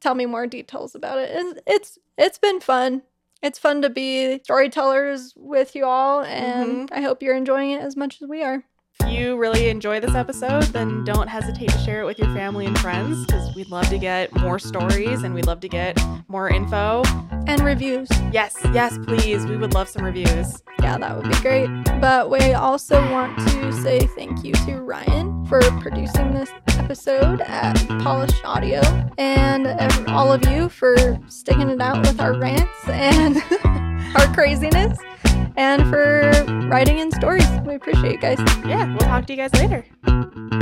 [SPEAKER 2] tell me more details about it. And it's it's been fun. It's fun to be storytellers with you all, and I hope you're enjoying it as much as we are.
[SPEAKER 1] If you really enjoy this episode, then don't hesitate to share it with your family and friends because we'd love to get more stories and we'd love to get more info.
[SPEAKER 2] And reviews,
[SPEAKER 1] Yes, yes, please. We would love some reviews.
[SPEAKER 2] yeah, that would be great. But we also want to say thank you to Ryan for producing this episode at Polished Audio, and ev- all of you for sticking it out with our rants and. our craziness and for writing in stories. We appreciate you guys.
[SPEAKER 1] Yeah, we'll talk to you guys later.